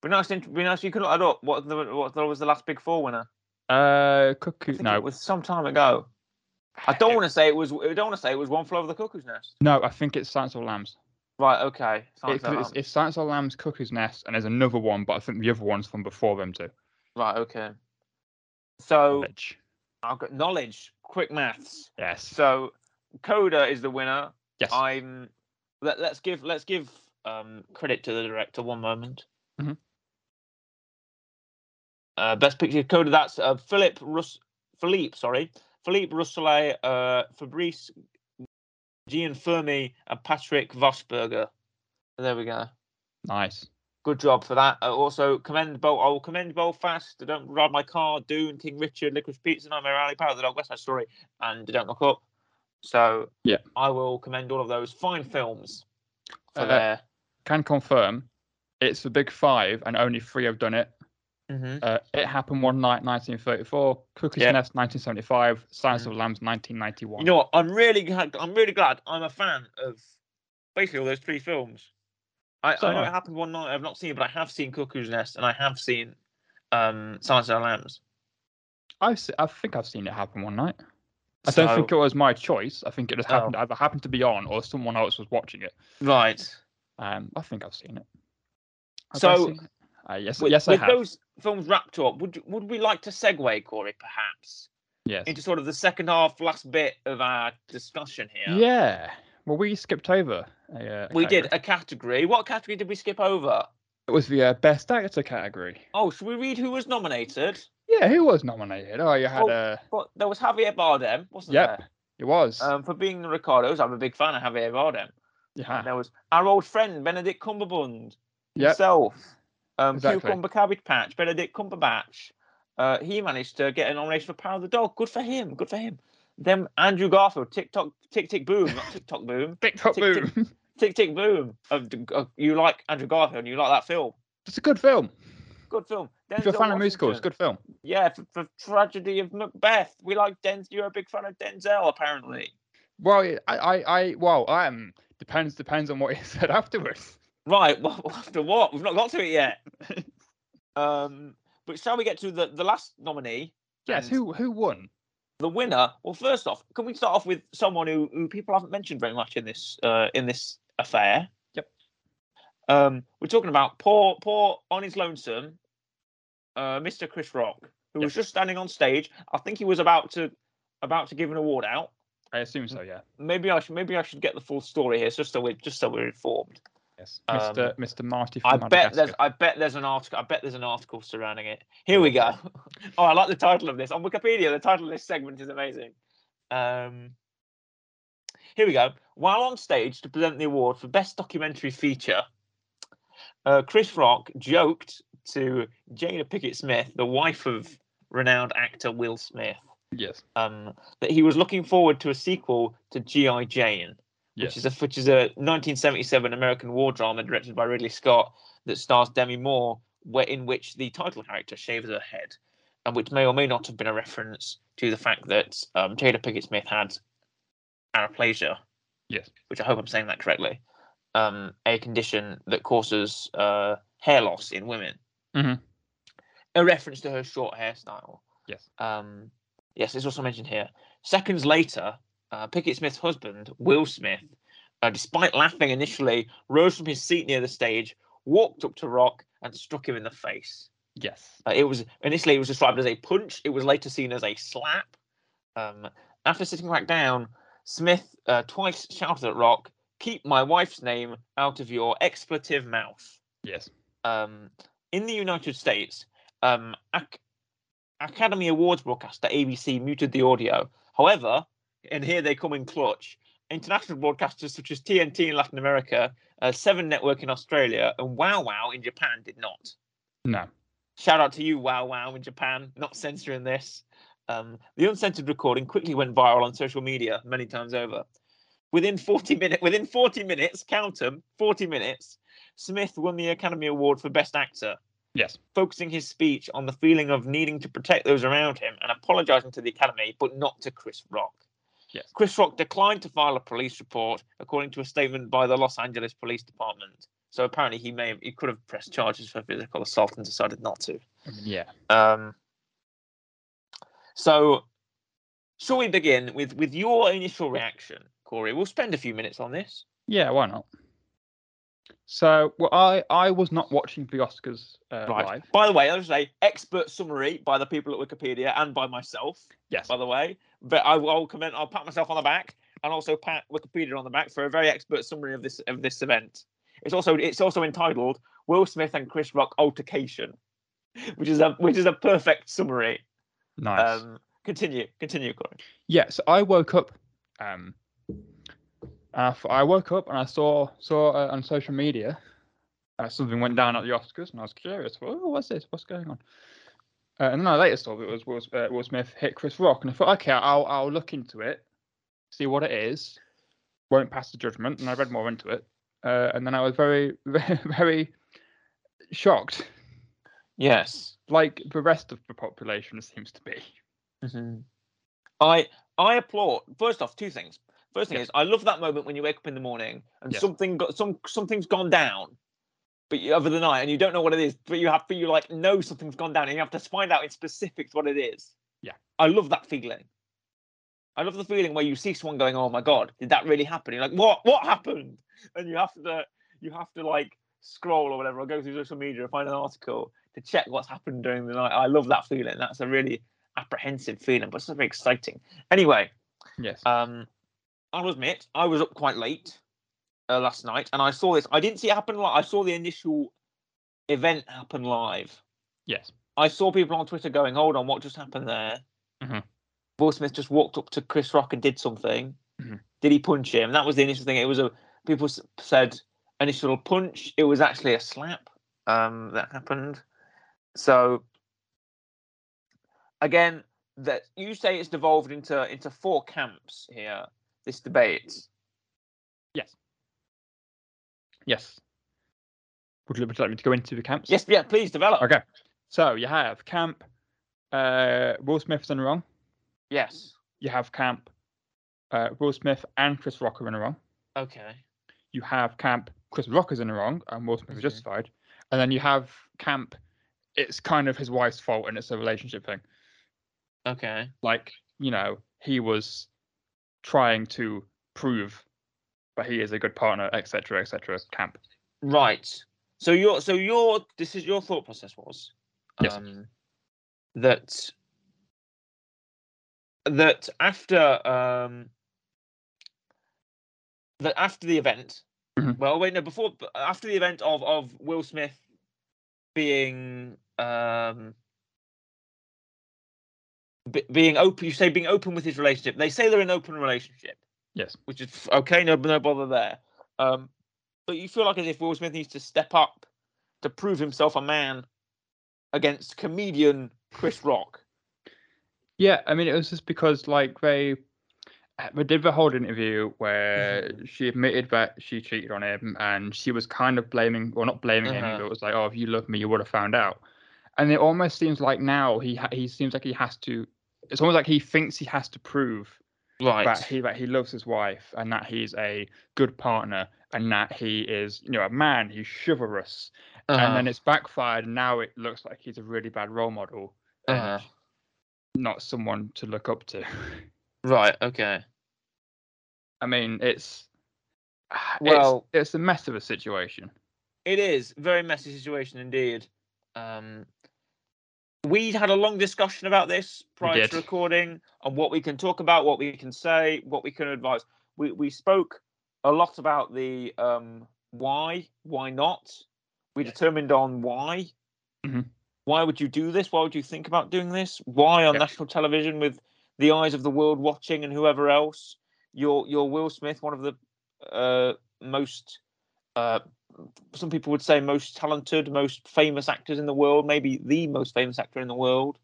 Be nice. to int- Be nice. if You could look that up. What the, what was the last Big Four winner?
Uh,
I
cuckoo.
think
No,
it was some time ago. I don't want to say it was. I don't want to say it was one flew over the cuckoo's nest.
no. I think it's Science of Lambs.
Right. Okay.
It-
Sounds
'cause it's, it's Science of Lambs, Cuckoo's Nest, and there's another one, but I think the other one's from before them too.
right. Okay. So
Knowledge.
I've got knowledge. Quick maths.
Yes.
So Coda is the winner.
yes.
I'm. Let, let's give. Let's give um, credit to the director. One moment.
Mhm.
Uh, best picture Coda. That's uh, Philip Rus. Philippe. Sorry. Philippe Rousselet, uh, Fabrice Gianfermi, and Patrick Vosberger. There we go.
nice.
good job for that. Uh, also, commend Bolt. I will commend Belfast. I don't ride my car. Dune, King Richard, Licorice Pizza, Nightmare Alley, Power of the Dog, West Side Story, and Don't Look Up. So
Yeah.
I will commend all of those fine films for
Uh,
their.
Can confirm, it's the Big Five, and only three have done it.
Mhm.
Uh, it happened one night, 1934. Cuckoo's
Yeah. Mm.
Nest, 1975. Science of Lambs, 1991.
You know what? I'm really glad. I'm really glad. I'm a fan of basically all those three films. I,
So
I know
am I.
it happened one night. I've not seen it, but I have seen Cuckoo's Nest and I have seen um, Silence of the Lambs.
I've se- I think I've seen it happen one night. I don't think it was my choice. I think it just
Oh.
happened. Either happened to be on, or someone else was watching it.
right.
Um, I think I've seen it. Have I
So-
seen it? Uh, yes,
with,
yes, I
with
have.
those films wrapped up, would you- would we like to segue, Corey, perhaps
yes.
into sort of the second half, last bit of our discussion here?
Yeah. Well, we skipped over. A, uh,
we did
category.
a category. What category did we skip over?
It was the uh, best actor category.
Oh, should we read who was nominated?
Yeah, who was nominated? Oh, you had
Oh,
uh,
Well, there was Javier Bardem, wasn't
Yep. It was.
there? Um, for being the Ricardos, I'm a big fan of Javier Bardem.
yeah.
There was our old friend Benedict Cumberbund
Yep.
himself. Um,
Exactly.
Cucumber Cabbage Patch, Benedict Cumberbatch. Uh, he managed to get a nomination for Power of the Dog. Good for him. Good for him. Then Andrew Garfield, Tick Tock, Tick Tick Boom, not Tick Tock Boom,
TikTok
Tick, tick.
boom.
Tick Tick Boom. Of, of, you like Andrew Garfield? and You like that film?
it's a good film.
Good film.
If you're a
Denzel
fan of musicals,
Washington.
good film.
Yeah, for, for Tragedy of Macbeth. We like Denzel. You're a big fan of Denzel, apparently.
Well, I, I, I, well, I am. Depends depends on what he said afterwards.
Right. Well, after what? We've not got to it yet. um, but shall we get to the, the last nominee?
Yes,
And
who who won?
the winner? Well, first off, can we start off with someone who, who people haven't mentioned very much in this uh, in this affair?
Yep.
Um, we're talking about poor poor on his lonesome, uh, Mr. Chris Rock, who was just standing on stage. I think he was about to about to give an award out.
I assume so, yeah.
Maybe I should maybe I should get the full story here, just so we are just so we're informed.
Yes.
Um,
Mr. Mr. Marty from
I bet there's
Madagascar.
I bet there's an article I bet there's an article surrounding it. Here we go. oh, I like the title of this on Wikipedia. The title of this segment is amazing. Um, here we go. While on stage to present the award for best documentary feature, uh, Chris Rock joked to Jada Pickett Smith, the wife of renowned actor Will Smith,
Yes.
um, that he was looking forward to a sequel to GI Jane
Yes.
which is a which is a 1977 American war drama directed by Ridley Scott that stars Demi Moore, where in which the title character shaves her head, and which may or may not have been a reference to the fact that um, Jada Pinkett Smith had araplasia,
Yes.
which I hope I'm saying that correctly, um, a condition that causes uh, hair loss in women.
Mhm.
A reference to her short hairstyle.
Yes.
Um, yes, it's also mentioned here. Seconds later, uh, Pickett Smith's husband, Will Smith, uh, despite laughing initially, rose from his seat near the stage, walked up to Rock, and struck him in the face.
Yes.
Uh, it was initially it was described as a punch. It was later seen as a slap. Um, after sitting back down, Smith uh, twice shouted at Rock, "Keep my wife's name out of your expletive mouth."
Yes.
um, in the United States, um, Ac- Academy Awards broadcaster ABC muted the audio. However, and here they come in clutch. International broadcasters such as TNT in Latin America, uh, Seven Network in Australia, and Wow Wow in Japan did not.
No.
Shout out to you, Wow Wow in Japan, not censoring this. Um, the uncensored recording quickly went viral on social media many times over. Within 40 minutes, within 40 minutes, count 'em, 40 minutes, Smith won the Academy Award for Best Actor,
Yes.
focusing his speech on the feeling of needing to protect those around him and apologising to the Academy, but not to Chris Rock.
Yes.
Chris Rock declined to file a police report, according to a statement by the Los Angeles Police Department. So apparently, he may have, he could have pressed charges for physical assault and decided not to.
I mean, yeah.
Um, so, shall we begin with with your initial reaction, Corey? We'll spend a few minutes on this.
Yeah, why not? So, well, I I was not watching the Oscars uh, live.
By the way, I'll just say expert summary by the people at Wikipedia and by myself.
Yes.
By the way, but I will comment. I'll pat myself on the back and also pat Wikipedia on the back for a very expert summary of this of this event. It's also it's also entitled Will Smith and Chris Rock altercation, which is a which is a perfect summary.
Nice.
Um, continue, continue, Corey.
Yeah, so I woke up. Um, uh, f- I woke up and I saw saw uh, on social media uh, something went down at the Oscars, and I was curious. Oh, what's this? What's going on? Uh, and then I later saw that it was Will, S- uh, Will Smith hit Chris Rock, and I thought, okay, I'll I'll look into it, see what it is. Won't pass the judgment, and I read more into it, uh, and then I was very very shocked,
Yes.
like the rest of the population seems to be. Mm-hmm.
I I applaud. First off, two things. First thing
Yeah.
is, I love that moment when you wake up in the morning and
Yes.
something got some something's gone down, but you, over the night and you don't know what it is, but you have but you like know something's gone down and you have to find out in specifics what it is.
Yeah.
I love that feeling. I love the feeling where you see someone going, "Oh my god, did that really happen?" You're like, "What? What happened?" And you have to you have to like scroll or whatever, or go through social media and find an article to check what's happened during the night. I love that feeling. That's a really apprehensive feeling, but it's very exciting. Anyway,
Yes.
um, I'll admit I was up quite late uh, last night, and I saw this. I didn't see it happen live. I saw the initial event happen live.
yes.
I saw people on Twitter going, "Hold on, what just happened there?"
Mhm.
Will Smith just walked up to Chris Rock and did something.
Mhm.
Did he punch him? That was the initial thing. It was a people s- said initial punch. It was actually a slap um, that happened. So again, that you say it's devolved into into four camps here. This debate.
Yes. Would you, would you like me to go into the camps?
Yes, yeah. Please develop.
Okay. So you have camp uh, Will Smith's in the wrong.
Yes.
You have camp uh, Will Smith and Chris Rock are in the wrong.
Okay.
you have camp Chris Rock is in the wrong and Will Smith is
Mhm.
justified, and then you have camp it's kind of his wife's fault and it's a relationship thing.
Okay.
Like you know he was trying to prove that he is a good partner, etc., etc. Camp.
Right. So your so your this is your thought process was
Yes.
um, that that after um, that after the event.
Mhm.
Well, wait, no. Before after the event of of Will Smith being um, b- being open, you say being open with his relationship. They say they're in an open relationship
Yes.
which is f- okay. No, no bother there. Um, but you feel like as if Will Smith needs to step up to prove himself a man against comedian Chris Rock.
Yeah, I mean, it was just because like they, they did the whole interview where she admitted that she cheated on him, and she was kind of blaming, well, not blaming him,
Uh-huh.
but it was like, oh, if you loved me, you would have found out. And it almost seems like now he ha- he seems like he has to. It's almost like he thinks he has to prove
Right.
that he that he loves his wife and that he's a good partner and that he is you know a man. He's chivalrous,
Uh-huh.
and then it's backfired. And now it looks like he's a really bad role model, and
Uh-huh.
Um, not someone to look up to.
right. Okay.
I mean, it's well,
Well-
it's, a mess of a situation.
It is very messy situation indeed. Um, we had a long discussion about this prior
did.
to recording on what we can talk about, what we can say, what we can advise. We we spoke a lot about the um, why, why not. We determined on why.
Mhm.
Why would you do this? Why would you think about doing this? Why on
Yeah.
national television with the eyes of the world watching and whoever else? You're you're Will Smith, one of the uh, most uh, some people would say most talented, most famous actors in the world, maybe the most famous actor in the world,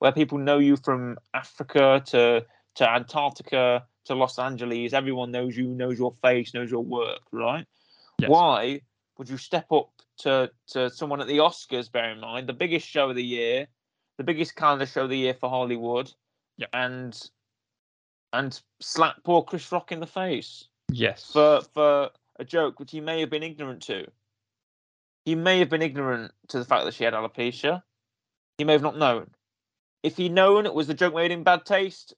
where people know you from Africa to to Antarctica to Los Angeles. Everyone knows you, knows your face, knows your work, right?
Yes.
Why would you step up to to someone at the Oscars? Bear in mind, the biggest show of the year, the biggest calendar show of the year for Hollywood,
Yeah.
and and slap poor Chris Rock in the face
Yes.
for for a joke which he may have been ignorant to. He may have been ignorant to the fact that she had alopecia. He may have not known. If he'd known it was the joke made in bad taste,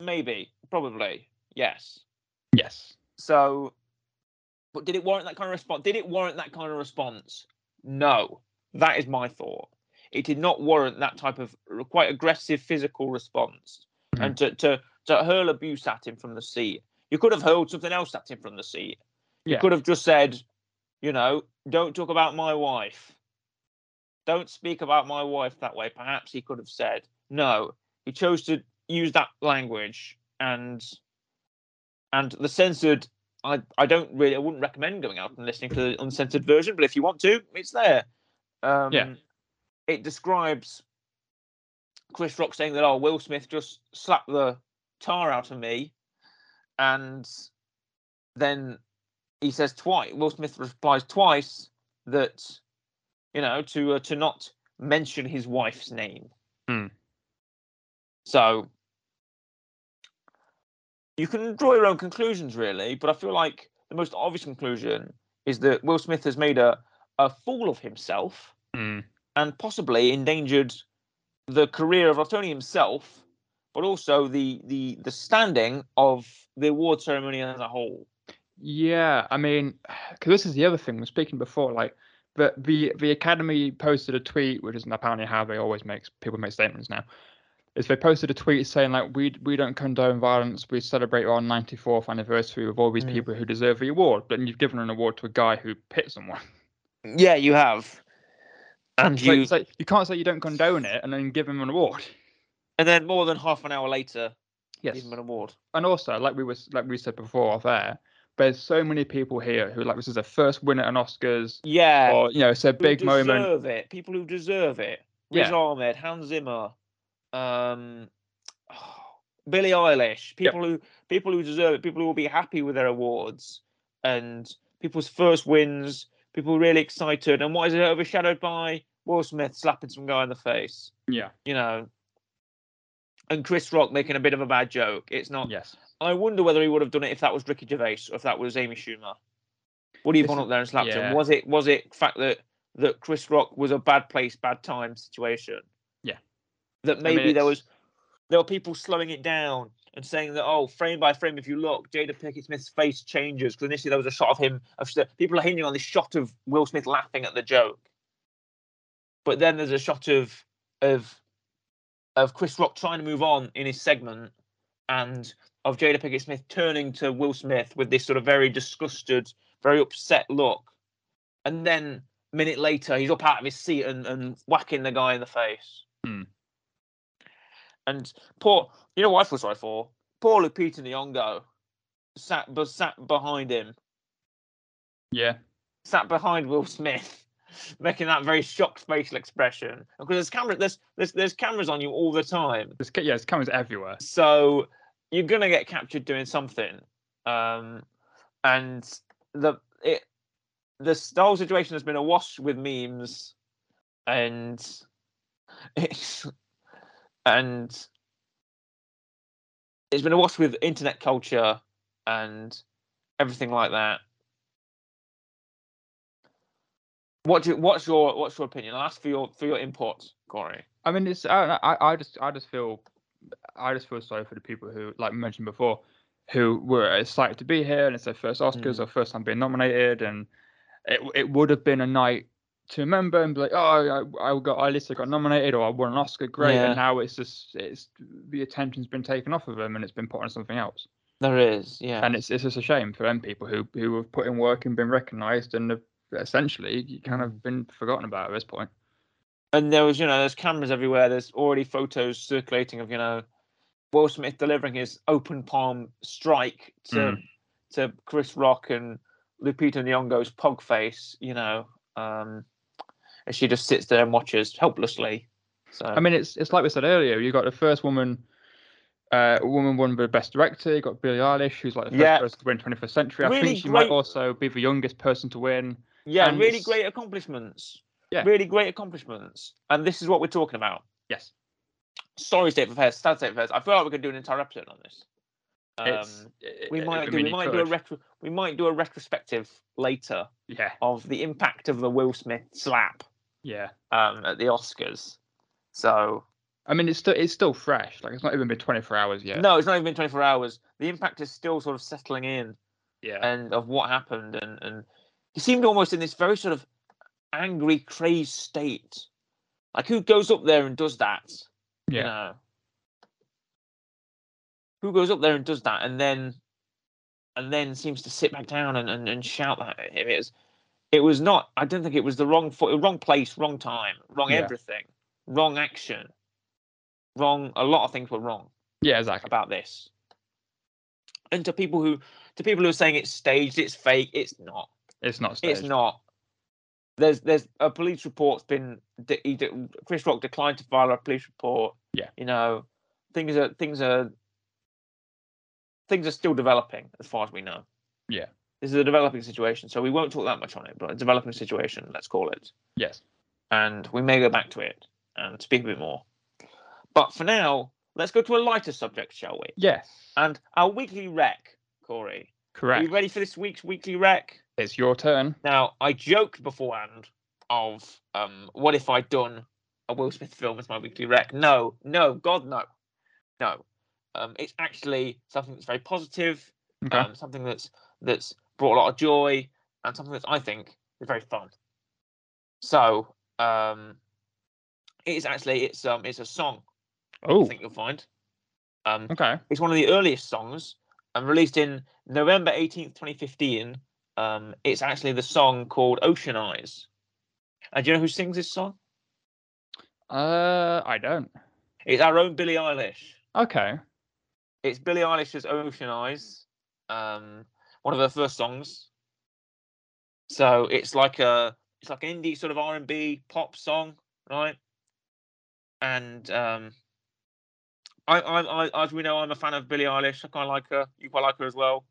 maybe, probably, yes.
yes.
So, but did it warrant that kind of response? Did it warrant that kind of response? No. That is my thought. It did not warrant that type of r- quite aggressive physical response
Mhm.
and to, to, to hurl abuse at him from the seat. You could have hurled something else at him from the seat. You
Yeah.
could have just said, you know, don't talk about my wife. Don't speak about my wife that way. Perhaps he could have said, no. He chose to use that language and and the censored I, I don't really I wouldn't recommend going out and listening to the uncensored version, but if you want to, it's there. Um,
Yeah.
It describes Chris Rock saying that oh Will Smith just slapped the tar out of me, and then he says twice. Will Smith replies twice that you know to uh, to not mention his wife's name.
Hmm.
So you can draw your own conclusions, really, but I feel like the most obvious conclusion is that Will Smith has made a, a fool of himself
Mm.
and possibly endangered the career of not only himself, but also the, the, the standing of the award ceremony as a whole.
Yeah. I mean, because this is the other thing we we're speaking before. Like, the the the academy posted a tweet, which is apparently how they always make people make statements now. Is they posted a tweet saying like we we don't condone violence. We celebrate our 94th anniversary with all these
Mm.
people who deserve the award. But you've given an award to a guy who hit someone.
Yeah, you have. And
It's like-
you,
it's like, you can't say you don't condone it and then give him an award.
and then more than half an hour later,
Yes.
give him an award.
and also like we was like we said before off air, there's so many people here who like this is their first win at an Oscars
Yeah,
or you know it's their
who
big moment.
deserve it. People who deserve it. Riz
Yeah.
Ahmed, Hans Zimmer, um, Billie Eilish. People who people who deserve it. People who will be happy with their awards and people's first wins. People really excited. And what is it overshadowed by? Will Smith slapping some guy in the face.
Yeah.
You know. And Chris Rock making a bit of a bad joke. It's not.
Yes.
I wonder whether he would have done it if that was Ricky Gervais or if that was Amy Schumer. What do you
This
gone
is-
up there and slapped
yeah.
him? Was it was it fact that that Chris Rock was a bad place, bad time situation?
Yeah.
That
mean,
maybe there
it's-
was there were people slowing it down and saying that oh, frame by frame, if you look, Jada Pickett Smith's face changes because initially there was a shot of him. Of, people are hinging on this shot of Will Smith laughing at the joke, but then there's a shot of of of Chris Rock trying to move on in his segment and of Jada Pickett Smith turning to Will Smith with this sort of very disgusted, very upset look. And then a minute later, he's up out of his seat and, and whacking the guy in the face.
Hmm.
And poor, you know what I feel sorry for? Poor Lupita Nyong'o sat, be- sat behind him,
Yeah.
sat behind Will Smith, making that very shocked facial expression. Because there's, camera, there's, there's, there's cameras on you all the time.
There's, ca- yeah, there's cameras everywhere.
So you're gonna get captured doing something, um, and the it this the whole situation has been awash with memes, and it's and it's been awash with internet culture and everything like that. What do, what's your what's your opinion? I'll ask for your for your input, Corey.
I mean, it's I, don't know, I I just I just feel I just feel sorry for the people who, like we mentioned before, who were excited to be here and it's their first Oscars
Mm.
or first time being nominated, and it it would have been a night to remember and be like, oh, I, I got I at least I got nominated or I won an Oscar, great.
Yeah.
And now it's just it's the attention's been taken off of them and it's been put on something else,
There is, yeah.
and it's it's just a shame for them people who who have put in work and been recognised and have essentially kind of been forgotten about at this point.
and there was you know there's cameras everywhere there's already photos circulating of you know will smith delivering his open palm strike to
Hmm.
to chris rock and lupita nyong'o's pog face you know um and she just sits there and watches helplessly so
I mean, it's it's like we said earlier. You got the first woman, uh, woman won the best director. You got Billie Eilish, who's like the first
Yeah.
person to win 21st century. I
Really
think she might
great-
also be the youngest person to win.
yeah
and
really
it's-
great accomplishments
Yeah.
really great accomplishments and this is what we're talking about
Yes,
sorry state of affairs sad state of affairs i feel like we could do an entire episode on this
it's,
um, we
I- I
might do
mean,
we
you
might do a
could.
retro we might do a retrospective later
yeah,
of the impact of the Will Smith slap
yeah.
um, at the Oscars. So
I mean, it's still it's still fresh. Like it's not even been 24 hours yet.
no, it's not even been 24 hours. The impact is still sort of settling in,
Yeah,
and of what happened, and and he seemed almost in this very sort of angry, crazed state. Like who goes up there and does that? You
yeah.
know? Who goes up there and does that, and then and then seems to sit back down and, and, and shout that at him? It was, it was not. I don't think it was the wrong fo- wrong place, wrong time, wrong
Yeah.
everything, wrong action, wrong. A lot of things were wrong
Yeah, exactly.
about this. And to people who to people who are saying it's staged, it's fake, it's not.
It's not.
It's
staged.
not. There's there's a police report's been de- he de- Chris Rock declined to file a police report.
Yeah.
you know things are things are things are still developing as far as we know.
Yeah.
this is a developing situation, so we won't talk that much on it. But a developing situation, let's call it,
Yes.
and we may go back to it and speak a bit more. But for now, let's go to a lighter subject, shall we?
Yes.
And our weekly rec, Corey. Are
Correct.
you ready for this week's weekly rec?
It's your turn.
Now, I joked beforehand of um, what if I'd done a Will Smith film as my weekly rec? No, no, God, no, no. Um, it's actually something that's very positive,
Okay.
um, something that's that's brought a lot of joy, and something that I think is very fun. So, um, it's actually it's um it's a song I
oh.
think you'll find. Um,
Okay.
it's one of the earliest songs and released in November 18th, 2015. Um, it's actually the song called Ocean Eyes. And do you know who sings this song?
Uh, I don't.
It's our own Billie Eilish.
Okay.
It's Billie Eilish's Ocean Eyes, um, one of her first songs. So it's like a it's like an indie sort of R and B pop song, right? And um, I, I, I, as we know, I'm a fan of Billie Eilish. I quite like her. You quite like her as well.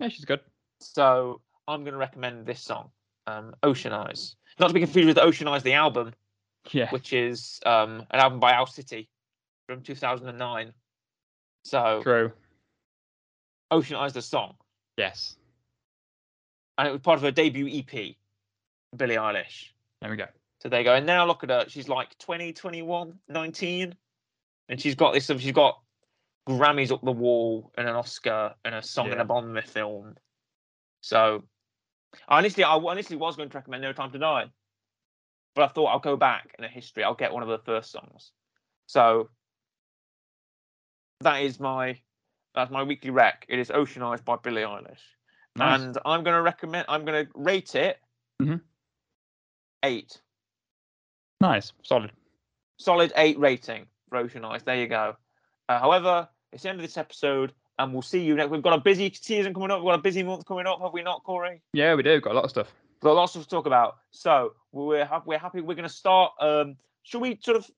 Yeah, she's good.
So I'm going to recommend this song, um, Ocean Eyes. Not to be confused with Ocean Eyes, the album,
Yeah.
which is um, an album by Owl City from 2009. So
True.
Ocean Eyes, the song.
Yes.
and it was part of her debut EP, Billie Eilish.
There we go.
So they go, and now look at her. She's like 20, 21, 19. And she's got this, she's got Grammys up the wall and an Oscar and a song in
Yeah.
a Bond film. So honestly, I honestly was going to recommend No Time to Die. But I thought I'll go back in a history. I'll get one of the first songs. So that is my that's my weekly rec. It is Ocean Eyes by Billie Eilish.
Nice.
And I'm gonna recommend I'm gonna rate it
Mhm.
eight.
nice. Solid.
Solid eight rating for Ocean Eyes. There you go. Uh, however, it's the end of this episode, and we'll see you next. We've got a busy season coming up. We've got a busy month coming up, have we not, Corey?
Yeah, we do. Got a lot of stuff.
We've got lots to talk about. So we're ha- we're happy. We're going to start. Um, should we sort of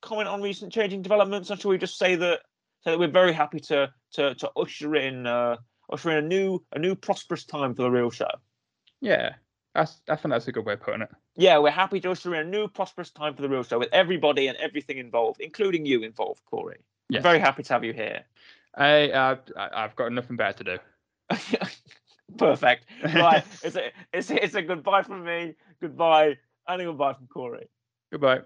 comment on recent changing developments, or should we just say that say that we're very happy to to to usher in uh, usher in a new a new prosperous time for the real show?
Yeah. That's, I think that's a good way of putting it.
Yeah, we're happy to usher in a new prosperous time for the real show with everybody and everything involved, including you involved, Corey. I'm
Yes.
Very happy to have you here.
I, uh, I, I've got nothing better to do.
Perfect. Right, it's a, it's a, it's a goodbye from me. Goodbye and a goodbye from Corey.
Goodbye.